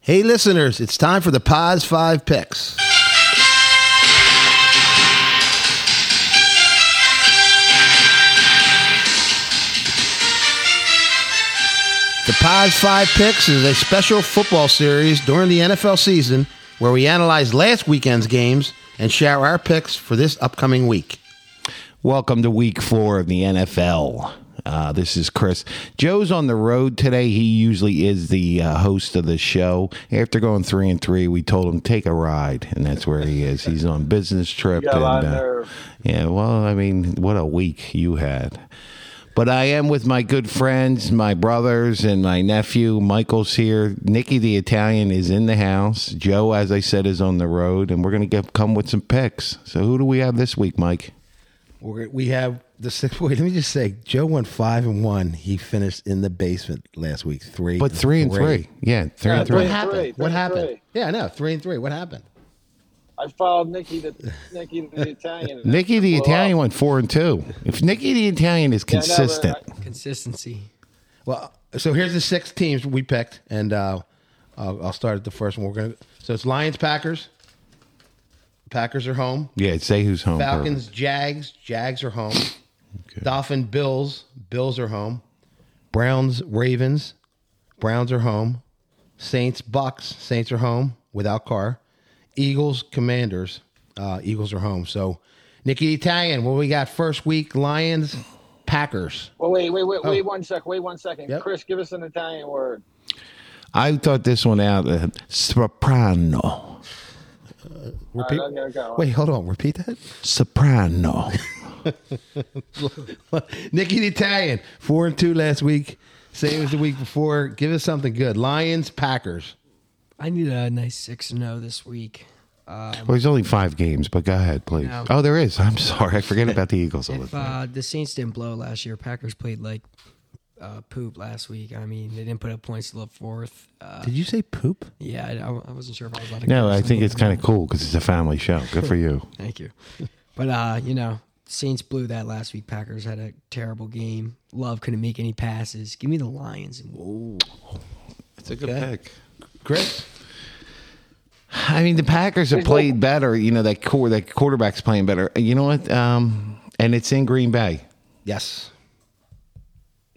Hey, listeners, it's time for the Paz Five Picks. The Paz Five Picks is a special football series during the NFL season where we analyze last weekend's games and share our picks for this upcoming week. Welcome to week four of the NFL. Uh, this is Chris. Joe's on the road today. He usually is the uh, host of the show. After going three and three, we told him take a ride, and that's where he is. He's on business trip. got a lot and, of uh, nerve. yeah, well, I mean, what a week you had. But I am with my good friends, my brothers, and my nephew. Michael's here. Nikki the Italian is in the house. Joe, as I said, is on the road, and we're going to get come with some picks. So, who do we have this week, Mike? We're, we have the sixth. Wait, let me just say, Joe went five and one. He finished in the basement last week. Three, But three and three. Yeah, three Yeah, and three. What happened? three, what three, happened? three. Yeah, I know. Three and three. What happened? I followed Nikki the Nikki the Italian. Nikki the Well, uh, Italian went four and two. If Nikki the Italian is yeah, no, but uh, I- consistent, Consistency. Well, so here's the six teams we picked, and uh, I'll, I'll start at the first one. We're gonna so it's Lions, Packers. Packers are home. yeah, say who's home. Falcons, Jags. Jags are home. Dolphin, Bills. Bills are home. Browns, Ravens. Browns are home. Saints, Bucks. Saints are home without Carr. Eagles, Commanders. Uh, Eagles are home. So, Nikki Italian, what we got first week? Lions, Packers. Well, wait, wait, Oh. wait, wait one sec. Wait one second. Yep. Chris, give us an Italian word. I thought this one out. Uh, soprano, Repeat. All right, okay, go. Wait, hold on. Repeat that. soprano. Nikki the Italian, four and two last week, same as the week before. Give us something good. Lions, Packers. I need a nice 6 and 0 this week. Um, well, there's only five games, but go ahead, please. No. Oh, there is. I'm sorry, I forget about the Eagles all the if time. uh, the Saints didn't blow last year, Packers played like uh, poop last week. I mean, they didn't put up points till the fourth. Uh, Did you say poop? yeah, I, I wasn't sure if I was allowed to No, curse I on think the- it's kind of cool because it's a family show. Good for you. Thank you. But uh, you know, Saints blew that last week. Packers had a terrible game. Love couldn't make any passes. Give me the Lions. It's a good pick. Chris. I mean, the Packers have played better. You know that core, that quarterback's playing better. You know what? Um, and it's in Green Bay. Yes.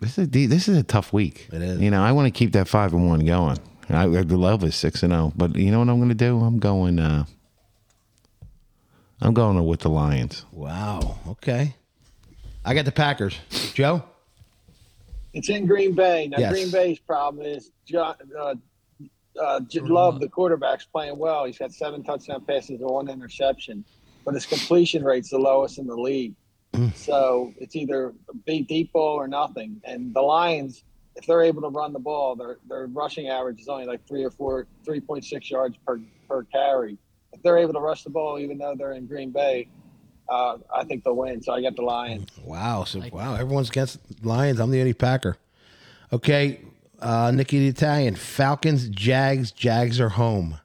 This is a, this is a tough week. It is. You know, I want to keep that five and one going. I, I love is six and zero, but you know what I'm going to do? I'm going. uh I'm going with the Lions. Wow. Okay. I got the Packers. Joe. It's in Green Bay. Now, Yes. Green Bay's problem is John, uh, uh, J- Love, the quarterback's playing well. He's got seven touchdown passes and one interception, but his completion rate's the lowest in the league. so it's either big deep ball or nothing. And the Lions, if they're able to run the ball, their their rushing average is only like three or four, three point six yards per per carry. If they're able to rush the ball, even though they're in Green Bay, uh, I think they'll win. So I got the Lions. Wow. So wow, everyone's against Lions. I'm the only Packer. Okay. Uh, Nikki the Italian, Falcons, Jags. Jags are home.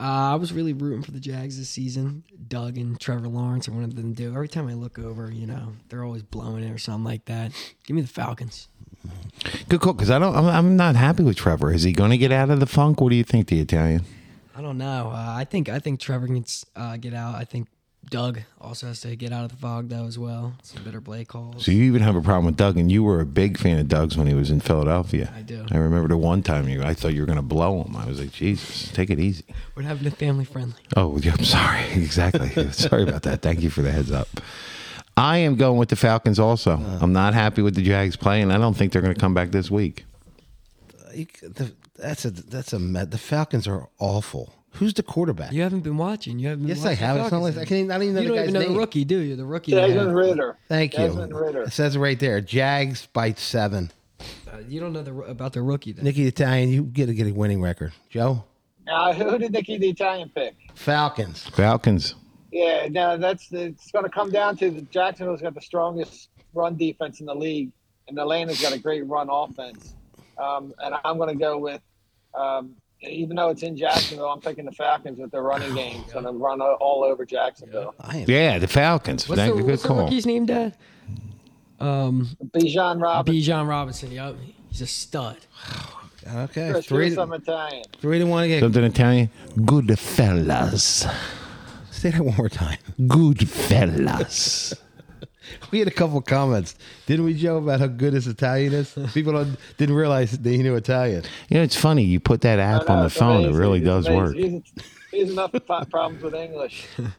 Uh, I was really rooting for the Jags this season. Doug and Trevor Lawrence, I wanted them to do. Every time I look over, you know, they're always blowing it or something like that. Give me the Falcons. Good call, because I don't. I'm, I'm not happy with Trevor. Is he going to get out of the funk? What do you think, the Italian? I don't know. Uh, I think I think Trevor can uh, get out. I think Doug also has to get out of the fog though as well. Some better play calls. So you even have a problem with Doug, and you were a big fan of Doug's when he was in Philadelphia. I do. I remember the one time you. I thought you were going to blow him. I was like, Jesus, take it easy. What happened to family friendly? Oh, yeah, I'm sorry. Exactly. sorry about that. Thank you for the heads up. I am going with the Falcons also. I'm not happy with the Jags playing. I don't think they're going to come back this week. You c- the- that's a that's a me- the Falcons are awful. Who's the quarterback? You haven't been watching. You haven't. Been Yes, I watching the have. It's not Falcons, like I then. can't. even- I don't even know You the don't guy's even know name. the rookie, do you? The rookie. they Desmond have. Ritter. Thank you. Desmond Ritter. It says right there, Jags by seven. Uh, you don't know the, about the rookie. Then. Nikki Italian, you get to get a winning record. Joe, Now, who did Nikki the Italian pick? Falcons. Falcons. Yeah, now that's it's going to come down to the Jacksonville's got the strongest run defense in the league, and Atlanta's got a great run offense. Um, and I'm going to go with, um, even though it's in Jacksonville, I'm picking the Falcons with their running game. It's going to run o- all over Jacksonville. I am. Yeah, the Falcons. What's Thank the, you. what's Good the call. rookie's name, Dad? Um, Bijan Robinson. B. John Robinson. Yup, he's a stud. Okay, Chris, three, you're some Italian. three to one again. Something Italian. Good fellas. Say that one more time. Good fellas. We had a couple comments, didn't we, Joe, about how good his Italian is? People don't, didn't realize that he knew Italian. You know, it's funny. You put that I app know, on the it's phone, it amazing. really It's does amazing. work. He's, he's enough pro- problems with English. What's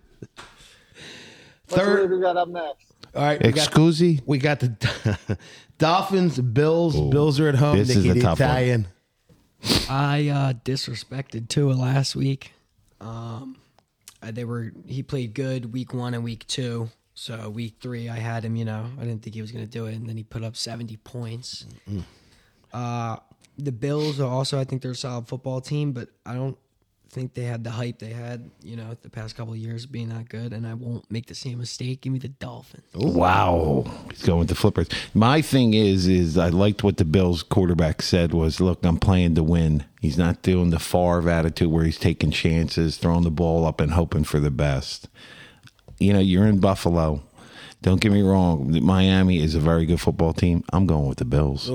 Third- the leader we got up next? All right, we got, Excuse me? we got the Dolphins, Bills. Bills are at home. this Nikki, is a the tough one. Italian. I uh, disrespected Tua last week. Um, I- they were he played good week one and week two. So week three, I had him. You know, I didn't think he was going to do it, and then he put up seventy points. Uh, the Bills are also, I think they're a solid football team, but I don't think they had the hype they had. You know, the past couple of years being not good, and I won't make the same mistake. Give me the Dolphins. Oh. Wow. He's going with the flippers. My thing is, is I liked what the Bills quarterback said was, look, I'm playing to win. He's not doing the Favre attitude where he's taking chances, throwing the ball up and hoping for the best. You know, you're in Buffalo. Don't get me wrong. Miami is a very good football team. I'm going with the Bills.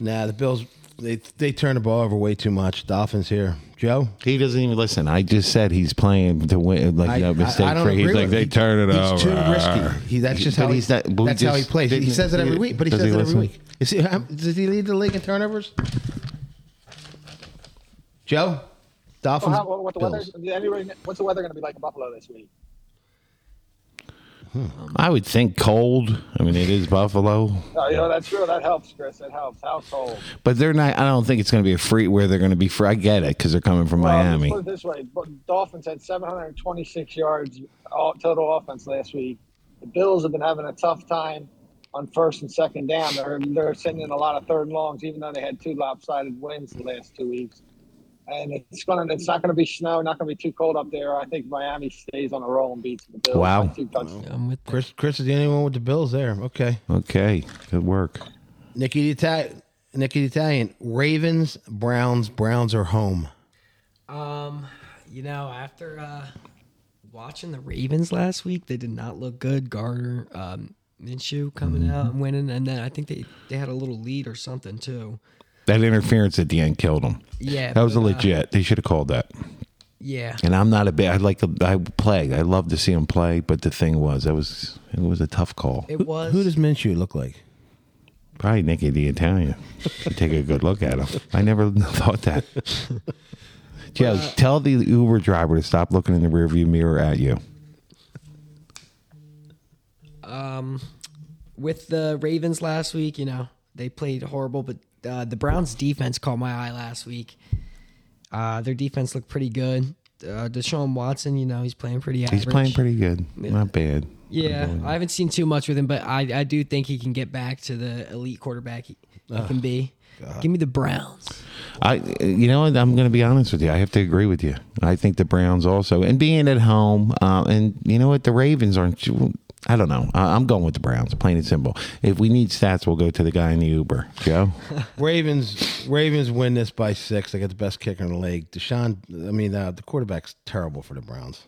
Nah, the Bills they they turn the ball over way too much. Dolphins here, Joe. He doesn't even listen. I just said he's playing to win. Like no mistake. for- he's like him. they turn it he's over. Uh, too risky. He, that's just But how he, he's not- but we that's how he just plays. He didn't- says it every week, but he Does says he it every listen? week. Is he, how- does he lead the league in turnovers? Joe, Oh, Dolphins. how, what, what the weather, Bills. anyway, what's the weather going to be like in Buffalo this week? I would think cold. I mean, it is Buffalo. Oh, you know, that's true. That helps, Chris. That helps. Household. But they're not. I don't think it's going to be a free where they're going to be free. I get it because they're coming from Well, let's Miami. Put it this way: Bu- Dolphins had 726 yards all, total offense last week. The Bills have been having a tough time on first and second down. They're they're sending a lot of third and longs, even though they had two lopsided wins the last two weeks. And it's gonna it's not gonna be snow, not gonna be too cold up there. I think Miami stays on a roll and beats the Bills. Wow. by two touchdowns. I'm with that. Chris, Chris is the only one with the Bills there. Okay, Okay, good work. Nicky the Italian. Nicky the Italian. Ravens, Browns. Browns are home. Um, you know, after uh, watching the Ravens last week, they did not look good. Garner, um, Minshew coming Mm-hmm. out and winning, and then I think they they had a little lead or something too. That interference at the end killed them. Yeah, That was a but, uh, legit. They should have called that. Yeah, And I'm not a bad. I like. I play. I love to see him play. But the thing was, that was it was a tough call. it was. Who does Minshew look like? Probably Nicky the Italian. Should take a good look at him. I never thought that. Joe, uh, tell the Uber driver to stop looking in the rearview mirror at you. with the Ravens last week, you know, they played horrible, but uh, the Browns defense caught my eye last week. Uh, their defense looked pretty good. Uh, Deshaun Watson, you know, he's playing pretty average. He's playing pretty good. Not bad. Yeah, I haven't seen too much with him, but I, I do think he can get back to the elite quarterback he, he Ah, can be. Give me the Browns. I, you know, what? I'm going to be honest with you. I have to agree with you. I think the Browns also, and being at home, uh, and you know what, the Ravens aren't. I don't know. I, I'm going with the Browns, plain and simple. If we need stats, we'll go to the guy in the Uber, Joe. Ravens Ravens win this by six. They got the best kicker in the league. Deshaun, I mean uh, the quarterback's terrible for the Browns.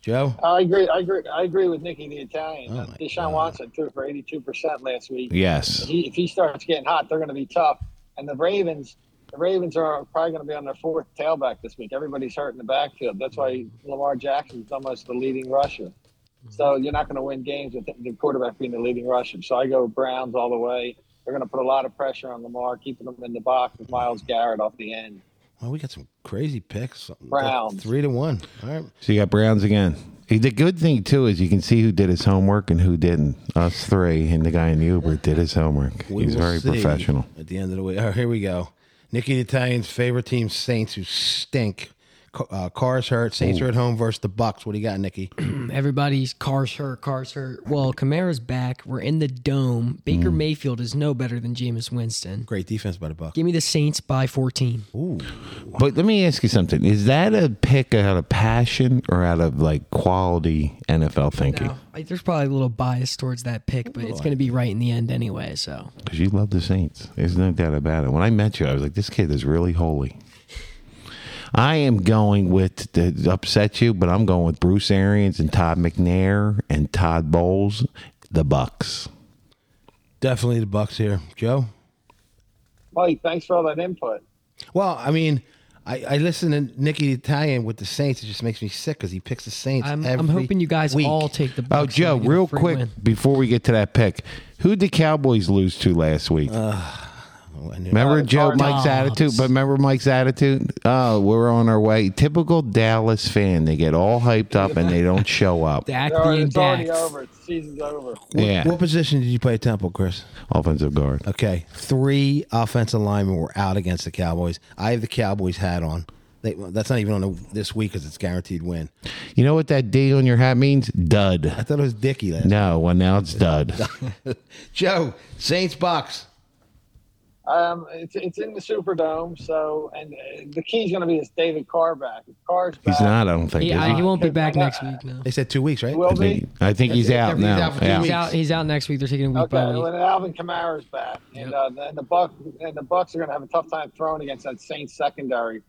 Joe, I agree. I agree. I agree with Nicky the Italian. Oh, my Deshaun Watson threw for 82 percent last week. yes, he, if he starts getting hot, they're going to be tough. And the Ravens, the Ravens are probably going to be on their fourth tailback this week. Everybody's hurt in the backfield. That's why Lamar Jackson's almost the leading rusher. So you're not going to win games with the quarterback being the leading rusher. So I go Browns all the way. They're going to put a lot of pressure on Lamar, keeping him in the box with Miles Garrett off the end. well, we got some crazy picks. Something- Browns. three to one. All right, so you got Browns again. The good thing too is you can see who did his homework and who didn't. Us three and the guy in the Uber did his homework. we He's will very see professional. At the end of the week, all right, here we go. Nicky the Italian's favorite team, Saints, who stink. Ca- Uh, cars hurt. Saints are at home versus the Bucks. What do you got, Nicky? Mm, Everybody's cars hurt, cars hurt. Well, Kamara's back. We're in the dome. Mm. Baker Mayfield is no better than Jameis Winston. Great defense by the Bucks. Give me the Saints by 14. But let me ask you something: Is that a pick out of passion or out of like quality NFL thinking? Now, I- there's probably a little bias towards that pick, but it's going to be right in the end anyway. So Because you love the Saints. There's no doubt about it. When I met you, I was like, this kid is really holy. I am going with, to upset you, but I'm going with Bruce Arians and Todd McNair and Todd Bowles, the Bucks. Definitely the Bucks here. Joe, Mike, thanks for all that input. Well, I mean, I, I listen to Nicky Italian with the Saints. It just makes me sick because he picks the Saints. I'm, every I'm hoping you guys week. all take the. Oh, Bucks and Joe, we get a real free quick win. before we get to that pick, who did the Cowboys lose to last week? Oh, I knew- Uh, remember Joe Cardinals. Mike's attitude? But remember Mike's attitude? Oh, we're on our way. Typical Dallas fan. They get all hyped up and they don't show up. Dak All right, being it's already Dak. over. The season's over. What, Yeah. what position did you play at Temple, Chris? Offensive guard. Okay, three offensive linemen were out against the Cowboys. I have the Cowboys hat on. They, well, that's not even on the, this week because it's guaranteed win. You know what that D on your hat means? I Dud. thought it was Dicky last. No, well now it's dud. Joe Saints Bucks. Um, it's, it's in the Superdome, so and uh, the key's going to be this David Carr back. If Carr's back, He's not. I don't think. He, is I, he he? won't be back next week. No, They said two weeks, right? Will I be. think, I think he's out He's now. out for two Yeah. he's weeks. out. He's out next week. They're taking a week Okay, by week. and Alvin Kamara's back, and Yep. uh, then the Buck and the Bucks are going to have a tough time throwing against that Saints secondary.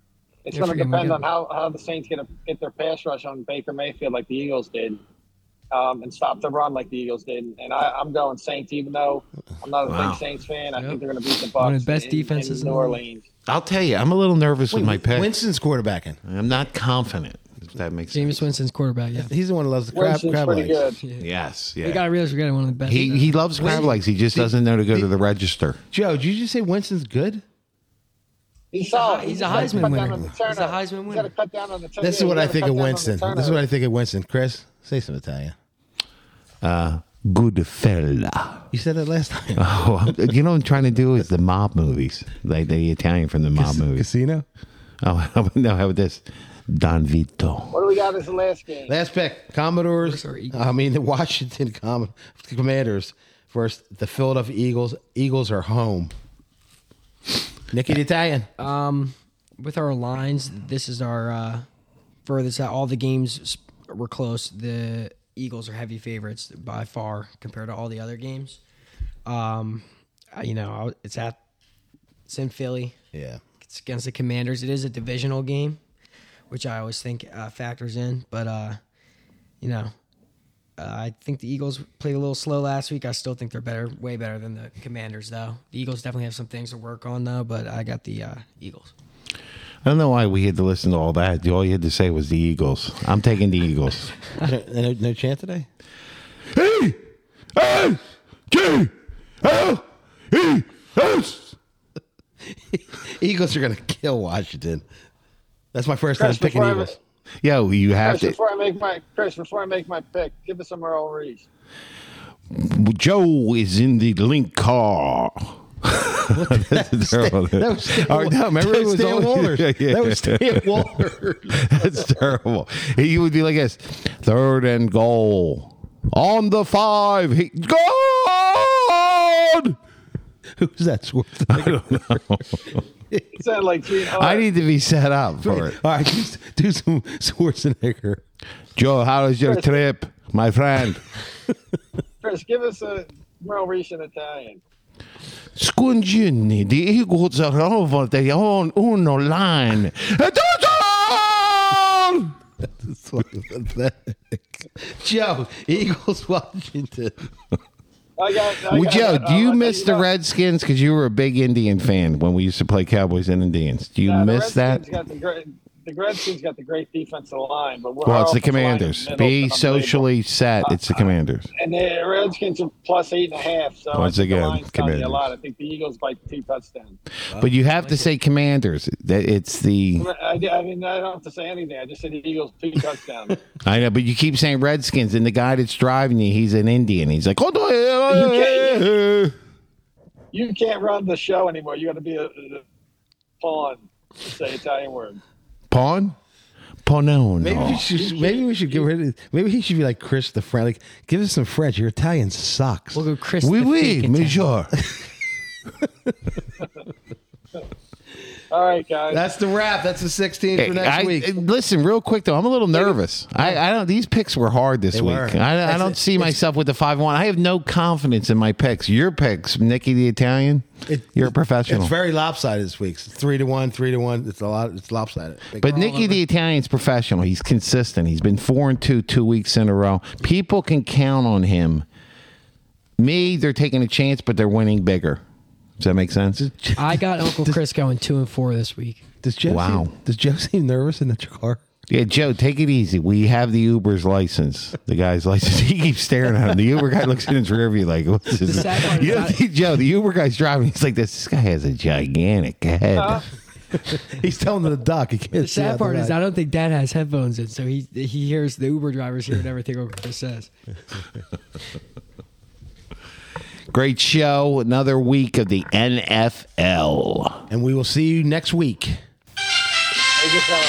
It's They're going to freaking depend good. on how, how the Saints get a, get their pass rush on Baker Mayfield like the Eagles did, um, and stop the run like the Eagles did. And I, I'm going Saints, even though I'm not a Wow. big Saints fan. I Yep. think they're going to beat the Bucks. One of the best in- defenses in in New the league. Orleans. I'll tell you, I'm a little nervous with my pick. Winston's quarterbacking. I'm not confident. If that makes James sense. Winston's quarterback. Yeah, He's the one who loves the crab, Winston's crab pretty legs. good. Yes. we got Yeah. to realize we got one of the best. He he loves crab legs. He just doesn't know to go to the register. Joe, did you just say Winston's good? He's, a- solid. he's a gotta Heisman cut down winner. on the He's a turnovers. Heisman He's winner. gotta cut down on the turn- This is yeah, what he's I gotta think cut of down on the Winston. This is turnovers. what I think of Winston. Chris, say some Italian. Good fella. You said it last time. Uh, Oh, I'm- you know what I'm trying to do is the mob movies, like the Italian from the mob movies. Casino. Oh, how about- no, how about this? Don Vito. What do we got as the last game? Last pick: Commodores. Sorry, Eagles. I mean the Washington Com- Commanders versus the Philadelphia Eagles. Eagles are home. Nicky the Italian. Um, with our lines, this is our uh, furthest out. All the games s- were close. The Eagles are heavy favorites by far compared to all the other games. Um, I- you know, I- it's at it's in Philly. yeah. It's against the Commanders. It is a divisional game, which I always think uh, factors in. But uh, you know, uh, I think the Eagles played a little slow last week. I still think they're better, way better than the Commanders, though. The Eagles definitely have some things to work on, though. But I got the uh, Eagles. I don't know why we had to listen to all that. All you had to say was the Eagles. I'm taking the Eagles. no, no, no chant today. Eagles are gonna kill Washington. That's my first time Chris, picking before I- Eagles. Yo, you have Chris, to. before I make my Chris, before I make my pick, give us some Earl Reese. Joe is in the link car. That's terrible. That was Stan, Or, no, remember that it was Stan only- Walters. Yeah, yeah. That was Stan Walters. That's terrible. He would be like this third and goal. On the five. He, God! Who's that? Schwarzenegger? It sounded like Gene Hart. I need to be set up for it. All right, just do some Schwarzenegger. Joe, how is your trip, my friend? Chris, give us a Merle Reese in Italian. Scungini, the Eagles are over the own uno line. Touchdown! It's fucking pathetic. Joe, Eagles, Washington. I got. I Well, got- Joe, do um, I you got- miss the know, Redskins? Because you were a big Indian fan when we used to play Cowboys and Indians. Do you uh, the miss that? Redskins Got the, great, the Redskins got the great defensive line, but we're Well, it's the our offensive line Commanders. is middle to Be unbelievable. socially set. It's the Commanders. And the Redskins are plus eight and a half. So I Once think the again, line's telling you a Commanders. lot. I think the Eagles by two touchdowns. But you have to say Commanders. That it's the I, I mean, I don't have to say anything. I just said the Eagles two touchdowns. I know, but you keep saying Redskins, and the guy that's driving you, he's an Indian. He's like, oh, can't- do you can't run the show anymore. You got to be a, a pawn. to Say Italian words. pawn, Ponono. Maybe we should. Oh. Maybe we should get rid of. Maybe he should be like Chris the French. Like, give us some French. Your Italian sucks. We'll go Chris. Oui, the oui, fake attack. monsieur. All right, guys. That's the wrap. That's the 16 for next I, week. Listen, real quick though, I'm a little nervous. I, I don't. These picks were hard this They week. were. I, I That's don't it. see myself with the five one. I have no confidence in my picks. Your picks, Nikki the Italian. It- You're a professional. It's very lopsided this week. It's three to one, three to one. It's a lot. It's lopsided. Big- But Nicky the Italian's professional. He's consistent. He's been four and two two weeks in a row. People can count on him. Me, they're taking a chance, but they're winning bigger. Does that make sense? I got Uncle Chris going two and four this week. Does Joe Wow. seem, does Joe seem nervous in the car? Yeah, Joe, take it easy. We have the Uber's license. The guy's license. He keeps staring at him. The Uber guy looks in his rearview like, "What's his?" The sad part You know, about Joe, the Uber guy's driving. He's like, "This, this guy has a gigantic head." Uh-huh. He's telling the doc he can't. The sad part is I don't think Dad has headphones in, so he he hears the Uber drivers hearing everything Uncle Chris says. Great show. Another week of the NFL. and we will see you next week. I just wanna-